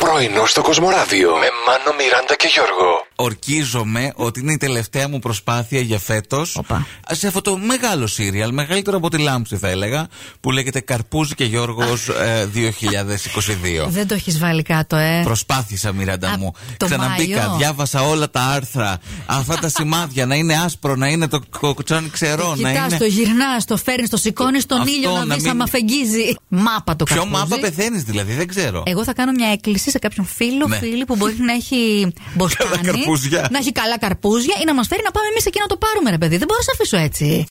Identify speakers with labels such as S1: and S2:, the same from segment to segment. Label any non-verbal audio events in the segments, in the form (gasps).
S1: Πρωινό στο Κοσμοράδιο με Μάνο, Μιράντα και Γιώργο.
S2: Ορκίζομαι ότι είναι η τελευταία μου προσπάθεια για φέτος
S3: Οπα.
S2: σε αυτό το μεγάλο σύριαλ, μεγαλύτερο από τη λάμψη θα έλεγα, που λέγεται Καρπούζι και ε, Γιώργο 2022.
S3: Δεν το έχεις βάλει κάτω, ε.
S2: Προσπάθησα, Μιράντα
S3: Ναι. Α,
S2: μου.
S3: το
S2: Ξαναμπήκα,
S3: Μάιο.
S2: διάβασα όλα τα άρθρα. Αυτά τα σημάδια να είναι άσπρο, να είναι το κοτσόνι ξερό, να
S3: Κοιτάς,
S2: είναι.
S3: Ε, το γυρνάς, το φέρνεις, το σηκώνεις στον
S2: Αυτό,
S3: ήλιο να
S2: να
S3: δεις
S2: μην-
S3: άμα φεγγίζει. Μάπα το
S2: Ποιο
S3: καρπούζι.
S2: μάπα πεθαίνεις δηλαδή, δεν ξέρω.
S3: Εγώ θα κάνω μια έκκληση σε κάποιον φίλο,
S2: Ναι.
S3: φίλη που μπορεί να έχει μποστάνι,
S2: (laughs) Καλά καρπούζια.
S3: να έχει καλά καρπούζια ή να μας φέρει να πάμε εμείς εκεί να το πάρουμε, ρε παιδί. Δεν μπορώ να σε αφήσω έτσι.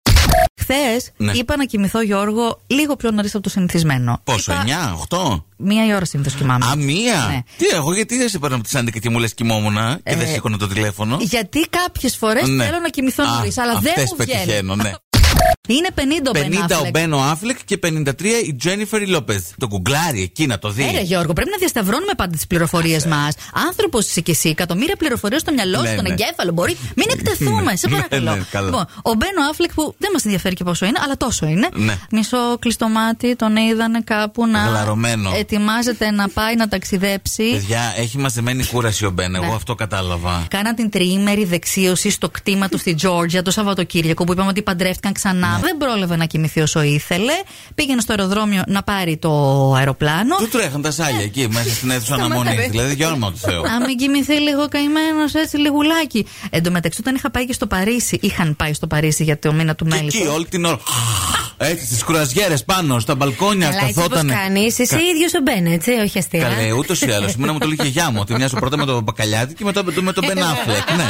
S3: Χθες
S2: Ναι.
S3: είπα να κοιμηθώ, Γιώργο, λίγο πιο νωρίς από το συνηθισμένο.
S2: Πόσο,
S3: Είπα
S2: 9, 8.
S3: Μία η ώρα συνήθως κοιμάμαι.
S2: Α, μία!
S3: Ναι.
S2: Τι, εγώ γιατί δεν σε παίρνω από τι 11 και μου λες κοιμόμουν α, και δεν
S3: Ε,
S2: σήκωνα το τηλέφωνο.
S3: Γιατί κάποιες φορές
S2: Ναι.
S3: θέλω να κοιμηθώ
S2: Α,
S3: νωρίς, αλλά δεν
S2: αυτές
S3: μου βγαίνει.
S2: πετυχαίνω, ναι.
S3: Είναι 50 ο
S2: 50
S3: Ben Affleck.
S2: ο Μπένο Αφλεκ και 53 η Τζένιφερ Λόπez. Το κουγκλάρι εκεί να το δει.
S3: Έλα, Ε, Γιώργο, πρέπει να διασταυρώνουμε πάντα τις πληροφορίες μας. Άνθρωπος είσαι κι εσύ, εκατομμύρια πληροφορίες στο μυαλό
S2: Ναι,
S3: σου, στον
S2: ναι.
S3: εγκέφαλο. Μπορεί. Μην εκτεθούμε, σε
S2: Ναι,
S3: παρακαλώ.
S2: ναι, καλά.
S3: Λοιπόν, ο Μπένο Αφλεκ που δεν μας ενδιαφέρει και πόσο είναι, αλλά τόσο είναι.
S2: Ναι.
S3: Μισό κλειστό μάτι, τον είδανε κάπου να.
S2: Γλαρωμένο.
S3: ε,
S2: Ε.
S3: Ετοιμάζεται να πάει να ταξιδέψει.
S2: Παιδιά, έχει μαζεμένη κούραση ο Μπέν. Εγώ
S3: Ναι.
S2: αυτό κατάλαβα.
S3: Κάναν την τριήμερη δεξίωση στο κτήμα του στη Τζόρτζια το Σαββατοκύριακο που είπαμε ότι παντρεύτηκαν ξανά.
S2: Ναι.
S3: Δεν πρόλαβε να κοιμηθεί όσο ήθελε. Πήγαινε στο αεροδρόμιο να πάρει το αεροπλάνο.
S2: Του τρέχαν τα σάλια εκεί μέσα στην αίθουσα
S3: Σταμάτα,
S2: αναμονή.
S3: ρε.
S2: Δηλαδή, για όνομα του Θεού.
S3: Ε, Να μην κοιμηθεί λίγο καημένος, έτσι λιγουλάκι. Εν τω μεταξύ, όταν είχα πάει και στο Παρίσι, είχαν πάει στο Παρίσι για το μήνα του
S2: Και
S3: Μέλη.
S2: εκεί όλη την ώρα. Έτσι, στις κουραζιέρες πάνω, στα μπαλκόνια,
S4: Καλά, έτσι όπως
S2: καθότανε.
S4: κάνεις, είσαι ίδιος ο Μπέν, έτσι, όχι αστεία.
S2: Καλέ, ούτως ή άλλως. Εμένα μου το λέει και η γιαγιά μου ότι μοιάζω πρώτα με τον Μπακαλιάτη και μετά με
S3: Ε,
S2: τον Μπεν Αφλεκ. Ναι.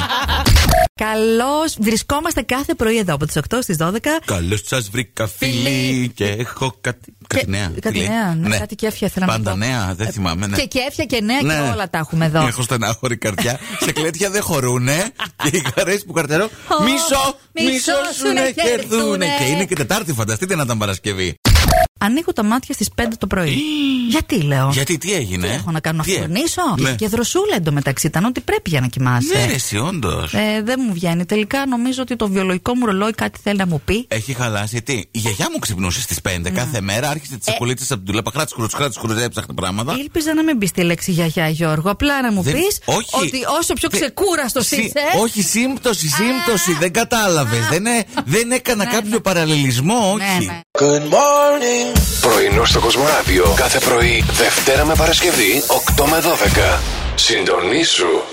S3: Καλώς βρισκόμαστε κάθε πρωί εδώ από τις 8 στι 12.
S2: Καλώς σας βρήκα, φίλοι, και έχω κάτι. Κάτι νέα.
S3: Κάτι
S2: τι λέει.
S3: νέα, ναι, κάτι κέφια θέλω να
S2: Πάντα
S3: πω. Ε,
S2: νέα, δεν θυμάμαι. ναι.
S3: Και κέφια και νέα
S2: Ναι.
S3: και όλα τα έχουμε εδώ.
S2: Έχω στενάχωρη καρδιά. Σε κλέτια δεν χωρούνε. και οι καρέ που καρτερώ. Μισό,
S3: μισό
S2: μισό σου
S3: σου
S2: να
S3: να
S2: κερδούνε.
S3: χερθούνε.
S2: Και είναι και Τετάρτη, φανταστείτε να ήταν Παρασκευή.
S3: Ανοίγω τα μάτια στις 5 το
S2: (gasps)
S3: πρωί. Γιατί λέω.
S2: Γιατί τι έγινε.
S3: Τι
S2: ε?
S3: έχω να κάνω, να
S2: Τι έ-
S3: φουρνίσω.
S2: Ναι.
S3: Και δροσούλα εντωμεταξύ ήταν ότι πρέπει για να κοιμάσαι.
S2: Ναι, ρε, εσύ, όντως.
S3: Ε, δεν μου βγαίνει. Τελικά νομίζω ότι το βιολογικό μου ρολόι κάτι θέλει να μου πει.
S2: Έχει χαλάσει τι. Η γιαγιά μου ξυπνούσε στις 5
S3: Ναι.
S2: κάθε μέρα, άρχισε
S3: Ε.
S2: τι σακουλίτσε από την τουλέπα. Κράτσε κρούτσε, κράτσε κρούτσε, έψαχνε πράγματα.
S3: Ήλπιζα να μην πεις τη λέξη γιαγιά, Γιώργο. Απλά να μου
S2: Δεν-
S3: πεις
S2: όχι.
S3: ότι όσο πιο
S2: Δεν-
S3: ξεκούραστος
S2: Συ-
S3: είσαι.
S2: Όχι, σύμπτωση, σύμπτωση. Δεν κατάλαβες. Δεν, ε- δεν έκανα κάποιο παραλληλισμό,
S3: Ναι,
S2: όχι.
S3: ναι.
S1: Πρωινό στο Κοσμοράδιο κάθε πρωί, Δευτέρα με Παρασκευή, 8 με 12. Συντονίσου.